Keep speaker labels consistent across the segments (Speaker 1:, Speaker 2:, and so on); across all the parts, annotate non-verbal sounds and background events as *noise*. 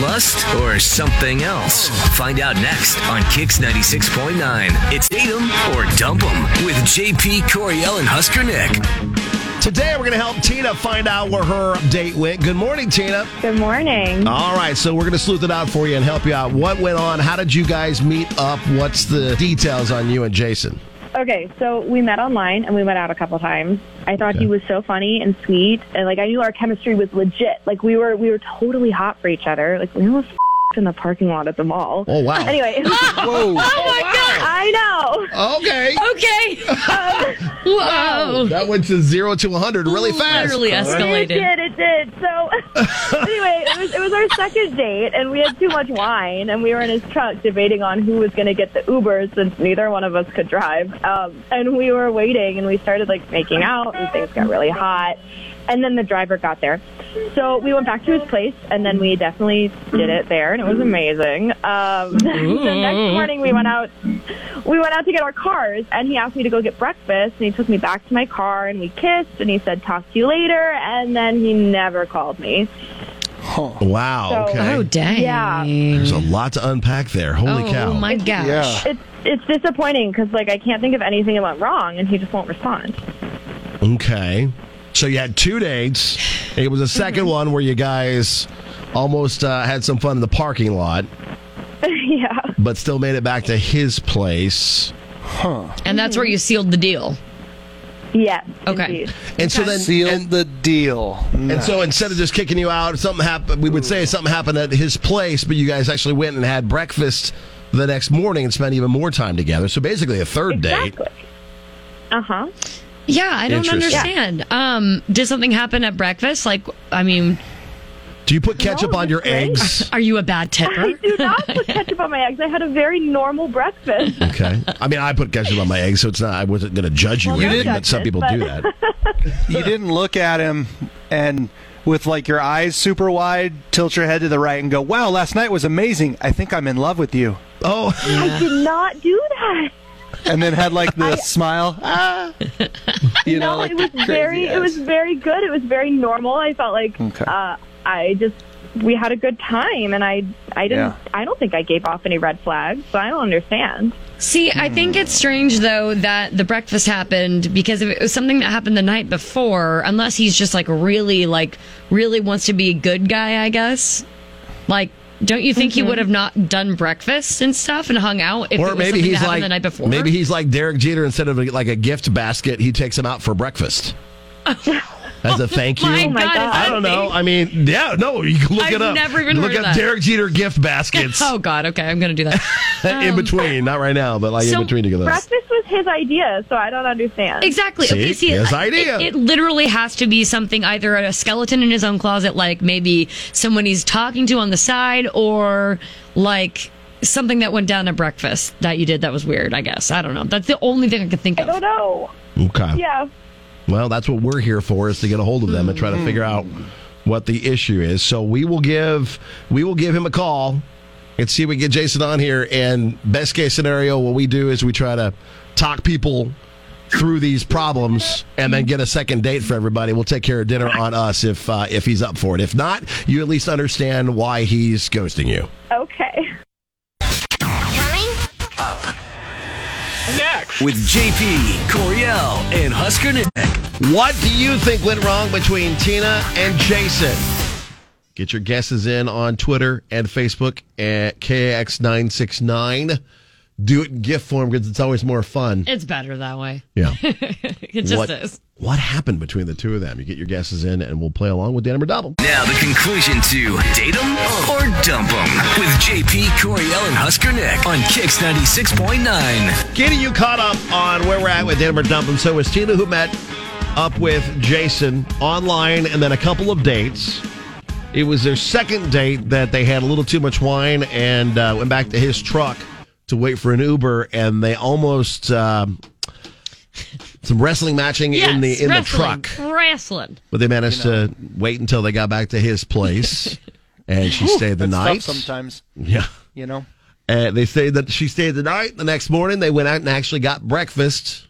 Speaker 1: lust, or something else? Find out next on Kix 96.9. It's Date 'em or Dump 'em with JP Coriel and Husker Nick.
Speaker 2: Today, we're going to help Tina find out where her date went. Good morning, Tina.
Speaker 3: Good morning.
Speaker 2: All right, so we're going to sleuth it out for you and help you out. What went on? How did you guys meet up? What's the details on you and Jason?
Speaker 3: Okay, so we met online and we went out a couple times. I thought he was so funny and sweet, and like I knew our chemistry was legit. Like we were we were totally hot for each other. Like we almost *laughs* in the parking lot at the mall.
Speaker 2: *laughs* Oh, wow.
Speaker 3: Anyway, it was-
Speaker 2: Whoa.
Speaker 3: *laughs* I know.
Speaker 2: Okay.
Speaker 4: Okay. *laughs* Um, Whoa.
Speaker 2: That went to zero to 100 really fast.
Speaker 4: Literally
Speaker 3: It
Speaker 4: escalated.
Speaker 3: did, it did. So *laughs* anyway, it was it was our second date, and we had too much wine, and we were in his truck debating on who was going to get the Uber since neither one of us could drive. Um, and we were waiting, and we started like making out, and things got really hot. And then the driver got there, so we went back to his place, and then we definitely did it there, and it was amazing. Um, *laughs* the next morning, we went out we went out to get our cars and he asked me to go get breakfast and he took me back to my car and we kissed and he said talk to you later and then he never called me
Speaker 2: Wow.
Speaker 3: So-
Speaker 2: Okay.
Speaker 4: Oh, dang.
Speaker 2: There's a lot to unpack there. Holy
Speaker 4: oh,
Speaker 2: cow.
Speaker 4: my gosh.
Speaker 5: Yeah.
Speaker 3: it's it's disappointing because like i can't think of anything that went wrong and he just won't respond *laughs*
Speaker 2: Okay. So you had two dates. It was a
Speaker 4: Mm-hmm.
Speaker 2: second one where you guys almost uh, had some fun in the parking lot,
Speaker 3: yeah
Speaker 2: but still made it back to his place.
Speaker 4: And that's where you sealed the deal.
Speaker 3: yes
Speaker 4: Okay.
Speaker 3: indeed.
Speaker 2: And so then,
Speaker 5: Seal
Speaker 2: and,
Speaker 5: the deal.
Speaker 2: and so instead of just kicking you out, something happened. We would say something happened at his place, but you guys actually went and had breakfast the next morning and spent even more time together. So basically, a third
Speaker 3: exactly
Speaker 2: date.
Speaker 3: uh-huh
Speaker 4: Yeah, I don't
Speaker 2: Interesting.
Speaker 4: understand. Um, did something happen at breakfast? Like, I mean,
Speaker 2: Do you put ketchup
Speaker 3: No,
Speaker 2: on your
Speaker 3: that's great.
Speaker 2: eggs?
Speaker 4: *laughs* are you a bad
Speaker 3: i
Speaker 4: *laughs* tipper?
Speaker 3: do not put ketchup on my eggs i had a very normal breakfast
Speaker 2: Okay. I mean, I put ketchup on my eggs, so it's not. I wasn't going to judge you
Speaker 3: Well,
Speaker 2: or
Speaker 3: no
Speaker 2: anything, but some people
Speaker 3: judgment,
Speaker 2: do that.
Speaker 4: *laughs*
Speaker 5: You didn't look at him and with like your eyes super wide, tilt your head to the right and go, "Wow, last night was amazing. I think I'm in love with you."
Speaker 2: Oh.
Speaker 3: i did not do that
Speaker 5: And then had like
Speaker 3: *laughs*
Speaker 5: this smile. Ah. You know,
Speaker 3: no,
Speaker 5: like
Speaker 3: it was
Speaker 5: crazy
Speaker 3: very, it
Speaker 5: eyes.
Speaker 3: was very good. It was very normal. I felt like
Speaker 5: Okay.
Speaker 3: uh, I just we had a good time, and I, I didn't,
Speaker 5: Yeah.
Speaker 3: I don't think I gave off any red flags. So I don't understand.
Speaker 4: See, I
Speaker 2: Hmm.
Speaker 4: think it's strange though that the breakfast happened because if it was something that happened the night before, unless he's just like really, like really wants to be a good guy, I guess. Like, don't you think he would have not done breakfast and stuff and hung out if it
Speaker 2: Mm-hmm. or
Speaker 4: was
Speaker 2: maybe
Speaker 4: something
Speaker 2: he's
Speaker 4: that happened
Speaker 2: like
Speaker 4: the night before?
Speaker 2: maybe he's like Derek Jeter instead of like a gift basket, he takes him out for
Speaker 4: *laughs*
Speaker 2: breakfast as a thank you.
Speaker 4: My
Speaker 3: Oh my
Speaker 4: God, is
Speaker 3: God.
Speaker 4: that
Speaker 2: I don't
Speaker 4: a
Speaker 2: know.
Speaker 4: thing?
Speaker 2: I mean, yeah, no, you can look
Speaker 4: I've
Speaker 2: it up.
Speaker 4: never even
Speaker 2: look
Speaker 4: heard
Speaker 2: up
Speaker 4: of that.
Speaker 2: Derek Jeter gift baskets.
Speaker 4: *laughs* Oh God. Okay, I'm gonna do that.
Speaker 2: *laughs* in between, not right now, but like
Speaker 4: so
Speaker 2: in between to get those.
Speaker 3: Breakfast was his idea, so I don't understand.
Speaker 4: Exactly.
Speaker 2: See?
Speaker 4: okay, see,
Speaker 2: His
Speaker 4: it-
Speaker 2: idea.
Speaker 4: It, it literally has to be something either a skeleton in his own closet, like maybe someone he's talking to on the side, or like something that went down at breakfast that you did that was weird. I guess I don't know. That's the only thing I can think
Speaker 3: I don't
Speaker 4: of.
Speaker 3: know.
Speaker 2: Okay.
Speaker 3: Yeah.
Speaker 2: Well, that's what we're here for is to get a hold of them and try to figure out what the issue is. So we will give we will give him a call and see if we can get Jason on here. And best case scenario, what we do is we try to talk people through these problems and then get a second date for everybody. We'll take care of dinner on us if uh, if he's up for it. If not, you at least understand why he's ghosting you.
Speaker 3: Okay.
Speaker 1: With JP Coriel and Husker Nick.
Speaker 2: What do you think went wrong between Tina and Jason? Get your guesses in on Twitter and Facebook at KX969. Do it in gift form because it's always more
Speaker 4: *laughs*
Speaker 2: fun.
Speaker 4: It's better that way.
Speaker 2: Yeah.
Speaker 4: *laughs* It just
Speaker 2: what,
Speaker 4: is.
Speaker 2: what happened between the two of them? You get your guesses in and we'll play along with Dan number double.
Speaker 1: Now the conclusion to Date 'em or Dump 'em with JP Coriel and Husker Nick on Kix 96.9.
Speaker 2: Katie, you caught up on where we're at with Denver Dump. And so was Tina, who met up with Jason online and then a couple of dates. It was their second date that they had a little too much wine and uh, went back to his truck to wait for an Uber, and they almost um, some wrestling matching in the in
Speaker 4: wrestling,
Speaker 2: the truck,
Speaker 4: wrestling.
Speaker 2: but they managed to wait until they got back to his
Speaker 5: *laughs*
Speaker 2: place, and she stayed the
Speaker 5: That's tough
Speaker 2: night.
Speaker 5: sometimes,
Speaker 2: Yeah.
Speaker 5: you know.
Speaker 2: And Uh, they say that she stayed the night. The next morning, they went out and actually got breakfast.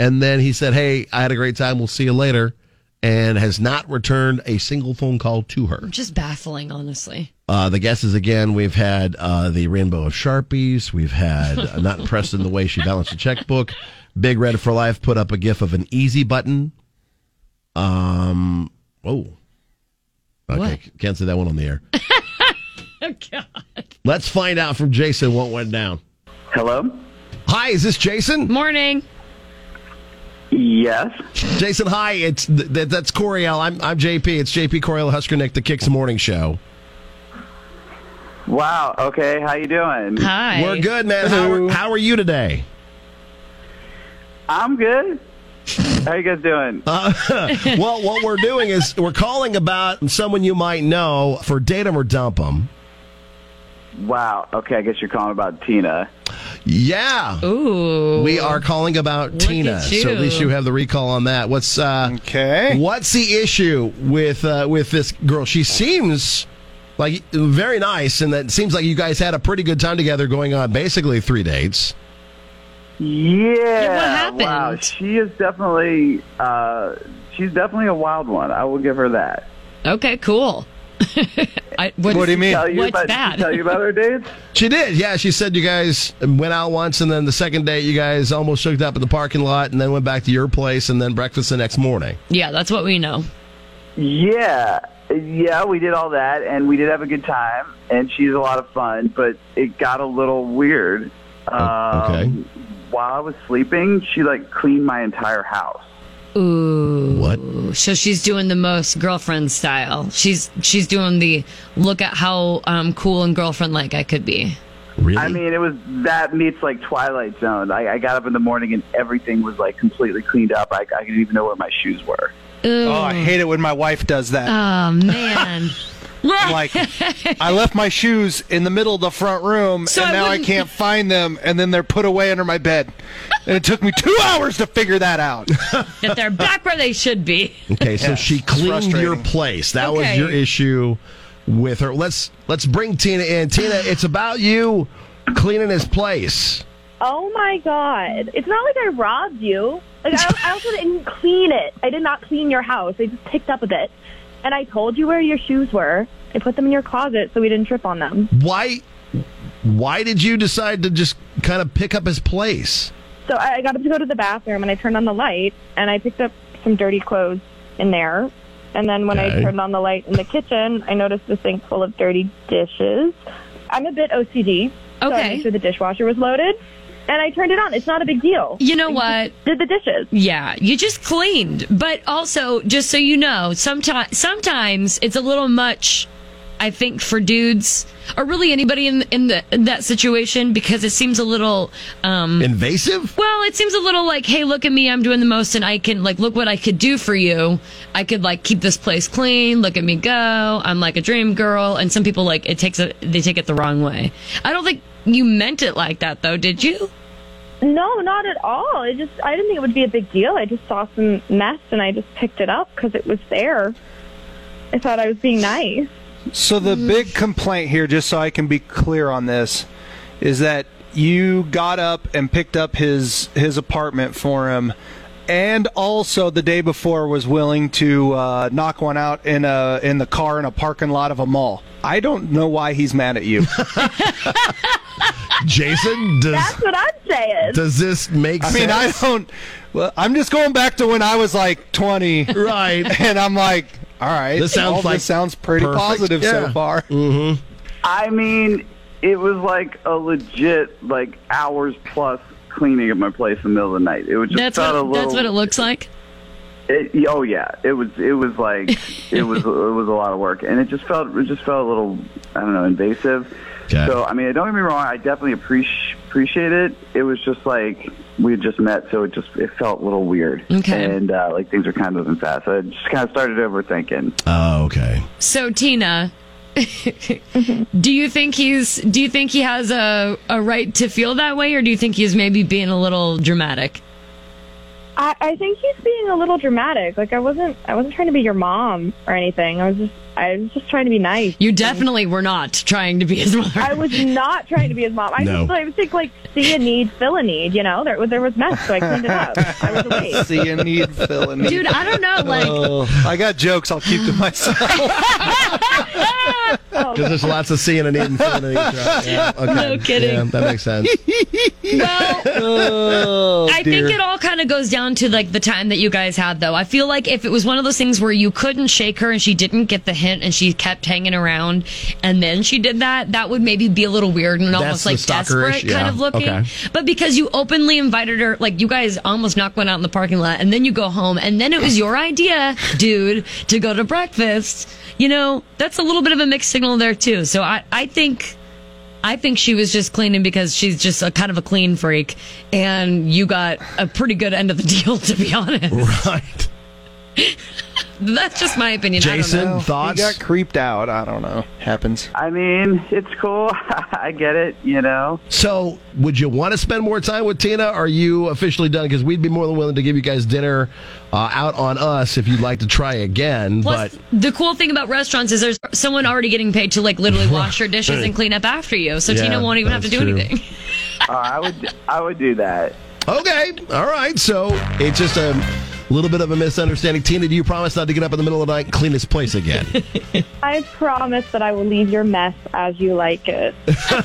Speaker 2: And then he said, Hey, I had a great time. We'll see you later. and has not returned a single phone call to her.
Speaker 4: Just baffling, honestly. *laughs*
Speaker 2: Uh, the guesses again, we've had uh, the rainbow of Sharpies. We've had uh, not impressed in the way she balanced a checkbook. Big Red for Life put up a gif of an easy button. Um, whoa. Okay,
Speaker 4: What?
Speaker 2: can't say that one on the air.
Speaker 4: Oh, God.
Speaker 2: Let's find out from Jason what went down.
Speaker 6: Hello?
Speaker 2: Hi, is this Jason?
Speaker 4: Morning.
Speaker 6: Yes.
Speaker 2: Jason, hi. It's th- th- that's Coriel. I'm I'm JP. It's JP Coriel Husker Nick, the Kicks Morning Show.
Speaker 6: Wow. Okay. How you doing?
Speaker 4: Hi.
Speaker 2: We're good, man. How are, how are you
Speaker 4: *laughs*
Speaker 2: today?
Speaker 6: I'm good. How you guys doing?
Speaker 4: Uh,
Speaker 2: well, what we're doing is we're calling about someone you might know for date 'em or dump 'em.
Speaker 6: wow. Okay. I guess you're calling about Tina.
Speaker 2: Yeah.
Speaker 4: Ooh.
Speaker 2: We are calling about Tina,
Speaker 4: at
Speaker 2: so at
Speaker 4: you.
Speaker 2: least you have the recall on that. What's uh,
Speaker 5: Okay.
Speaker 2: What's the issue with uh, with this girl? She seems like very nice, and that seems like you guys had a pretty good time together, going on basically three dates.
Speaker 6: Yeah.
Speaker 4: happened?
Speaker 6: Wow. She is definitely. Uh, she's definitely a wild one. I will give her that.
Speaker 4: Okay, cool. *laughs* I,
Speaker 5: What do you mean?
Speaker 6: Tell you
Speaker 4: What's
Speaker 6: about,
Speaker 4: bad?
Speaker 6: Tell you about
Speaker 4: *laughs*
Speaker 6: her dates.
Speaker 2: She did, yeah. She said you guys went out once, and then the second date you guys almost hooked up in the parking lot, and then went back to your place, and then breakfast the next morning.
Speaker 4: Yeah, that's what we know.
Speaker 6: Yeah. Yeah, we did all that, and we did have a good time, and she's a lot of fun, but it got a little weird.
Speaker 4: Oh,
Speaker 6: Um,
Speaker 2: okay.
Speaker 6: While I was sleeping, she, like, cleaned my entire house.
Speaker 4: Ooh.
Speaker 2: What?
Speaker 4: So she's doing the most girlfriend style. She's she's doing the look at how um, cool and girlfriend like I could be.
Speaker 2: Really?
Speaker 6: I mean, it was that meets, like, Twilight Zone. I, I got up in the morning, and everything was, like, completely cleaned up. I, I didn't even know where my shoes were.
Speaker 4: Ooh.
Speaker 5: Oh, I hate it when my wife does that.
Speaker 4: Oh, *laughs* man.
Speaker 3: *laughs*
Speaker 5: I'm like, I left my shoes in the middle of the front room,
Speaker 4: So
Speaker 5: and
Speaker 4: I
Speaker 5: now I
Speaker 4: wouldn't-
Speaker 5: can't find them, and then they're put away under my bed. And it took me two *laughs* hours to figure that out.
Speaker 4: that they're back where they should be.
Speaker 2: okay, so
Speaker 5: Yeah,
Speaker 2: she
Speaker 5: it's
Speaker 2: cleaned your
Speaker 5: frustrating.
Speaker 2: place. That was
Speaker 4: Okay.
Speaker 2: your issue with her. Let's let's bring Tina in. Tina, it's about you cleaning his place.
Speaker 3: Oh my god! It's not like I robbed you. Like I, I also didn't clean it. I did not clean your house. I just picked up a bit, and I told you where your shoes were. I put them in your closet so we didn't trip on them.
Speaker 2: Why? Why did you decide to just kind of pick up his place?
Speaker 3: So I, I got up to go to the bathroom, and I turned on the light, and I picked up some dirty clothes in there. And then when
Speaker 2: Okay.
Speaker 3: I turned on the light in the kitchen, I noticed the sink full of dirty dishes. I'm a bit OCD, so I
Speaker 4: Okay.
Speaker 3: made sure the dishwasher was loaded, and I turned it on. It's not a big deal.
Speaker 4: You know what?
Speaker 3: Did the dishes.
Speaker 4: Yeah, you just cleaned. But also, just so you know, sometimes sometimes it's a little much. I think for dudes, or really anybody in in, the, in that situation, because it seems a little. Um,
Speaker 2: Invasive?
Speaker 4: *laughs* well, it seems a little like, hey, look at me, I'm doing the most, and I can like look what I could do for you. I could like keep this place clean. Look at me go. I'm like a dream girl. And some people like it takes it they take it the wrong way. I don't think you meant it like that though, did you?
Speaker 3: No, not at all. I just I didn't think it would be a big deal. I just saw some mess and I just picked it up because it was there. I thought I was being nice.
Speaker 5: So the
Speaker 2: Mm.
Speaker 5: big complaint here, just so I can be clear on this, is that you got up and picked up his his apartment for him, and also the day before was willing to uh, knock one out in a in the car in a parking lot of a mall. I don't know why he's mad
Speaker 2: *laughs*
Speaker 5: at you.
Speaker 2: Jason, does
Speaker 3: That's what I'm saying.
Speaker 2: does this make
Speaker 5: I
Speaker 2: sense?
Speaker 5: mean, *laughs* I don't. Well, I'm just going back to when I was like 20,
Speaker 2: right.
Speaker 5: and I'm like, all right,
Speaker 2: This sounds
Speaker 5: all
Speaker 2: like
Speaker 5: this sounds pretty
Speaker 2: perfect.
Speaker 5: positive
Speaker 2: Yeah.
Speaker 5: so far.
Speaker 6: I mean, it was like a legit, like, hours plus cleaning of my place in the middle of the night. It was just
Speaker 4: That's
Speaker 6: felt a
Speaker 4: what
Speaker 6: little,
Speaker 4: that's what it looks like.
Speaker 6: It, oh yeah, it was it was like it was it was a lot of work, and it just felt it just felt a little I don't know invasive.
Speaker 2: Okay.
Speaker 6: So I mean, don't get me wrong, I definitely appreciate appreciate it. It was just like we had just met, so it just it felt a little weird.
Speaker 4: Okay.
Speaker 6: And uh, like things were kind of moving fast. I just kind of started
Speaker 5: *laughs*
Speaker 6: overthinking.
Speaker 2: Oh, okay.
Speaker 4: So Tina, *laughs* do you think he's do you think he has a, a right to feel that way or do you think he's maybe being a little dramatic?
Speaker 3: I, I think he's being a little dramatic. Like I wasn't I wasn't trying to be your mom or anything. I was just I was just trying to be nice.
Speaker 4: You definitely were not trying to be his mother.
Speaker 3: I was not trying to be his mom. I
Speaker 2: No.
Speaker 3: just I would think like see a need, fill a need. You know, there was there was mess, so I cleaned it up. I was late.
Speaker 5: See you need filling.
Speaker 4: Dude, I don't know. Like,
Speaker 5: I got jokes. I'll keep to myself.
Speaker 2: Because there's lots of seeing and eating, feeling and eating. Right? Yeah, okay.
Speaker 4: No kidding.
Speaker 2: Yeah, that makes
Speaker 4: *laughs*
Speaker 2: sense.
Speaker 4: *laughs* well,
Speaker 5: oh,
Speaker 4: I think it all kind of goes down to like the time that you guys had, though. I feel like if it was one of those things where you couldn't shake her and she didn't get the hint and she kept hanging around, and then she did that, that would maybe be a little weird and almost
Speaker 2: the
Speaker 4: like
Speaker 2: stalker-ish,
Speaker 4: desperate kind
Speaker 2: yeah,
Speaker 4: of looking.
Speaker 2: okay.
Speaker 4: But because you openly invited her, like you guys almost knocked one out in the parking lot, and then you go home, and then it was your idea, *laughs* dude, to go to breakfast. You know, that's a little bit of a mixed signal there too. So I, I think, I think she was just cleaning because she's just a kind of a clean freak, and you got a pretty good end of the *laughs* deal, to be honest.
Speaker 2: Right.
Speaker 4: That's just my opinion. I don't know.
Speaker 2: Jason, thoughts?
Speaker 5: He got creeped out. I don't know. Happens.
Speaker 6: I mean, it's cool. *laughs* I get it, you know.
Speaker 2: So, would you want to spend more time with Tina? Are you officially done? Because we'd be more than willing to give you guys dinner uh, out on us if you'd like to try again.
Speaker 4: Plus,
Speaker 2: but
Speaker 4: the cool thing about restaurants is there's someone already getting paid to like literally wash your dishes and clean up after you, so
Speaker 2: Yeah,
Speaker 4: Tina won't even have to
Speaker 2: that's
Speaker 4: do
Speaker 2: true.
Speaker 4: anything. *laughs*
Speaker 6: Uh, I would I would do that.
Speaker 2: okay, all right. So it's just a little bit of a misunderstanding. Tina, do you promise not to get up in the middle of the night and clean this place
Speaker 4: *laughs*
Speaker 2: again?
Speaker 3: I promise that I will leave your mess as you like it. *laughs*
Speaker 2: all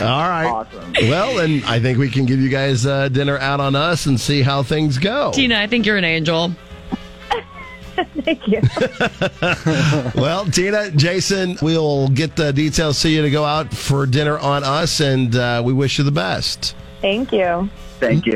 Speaker 2: right.
Speaker 6: Awesome.
Speaker 2: Well, then I think we can give you guys uh, dinner out on us and see how things go.
Speaker 4: Tina, I think you're an angel.
Speaker 3: Thank you.
Speaker 2: Well, Tina, Jason, we'll get the details to you to go out for dinner on us, and uh, we wish you the best.
Speaker 3: Thank you.
Speaker 6: Thank you.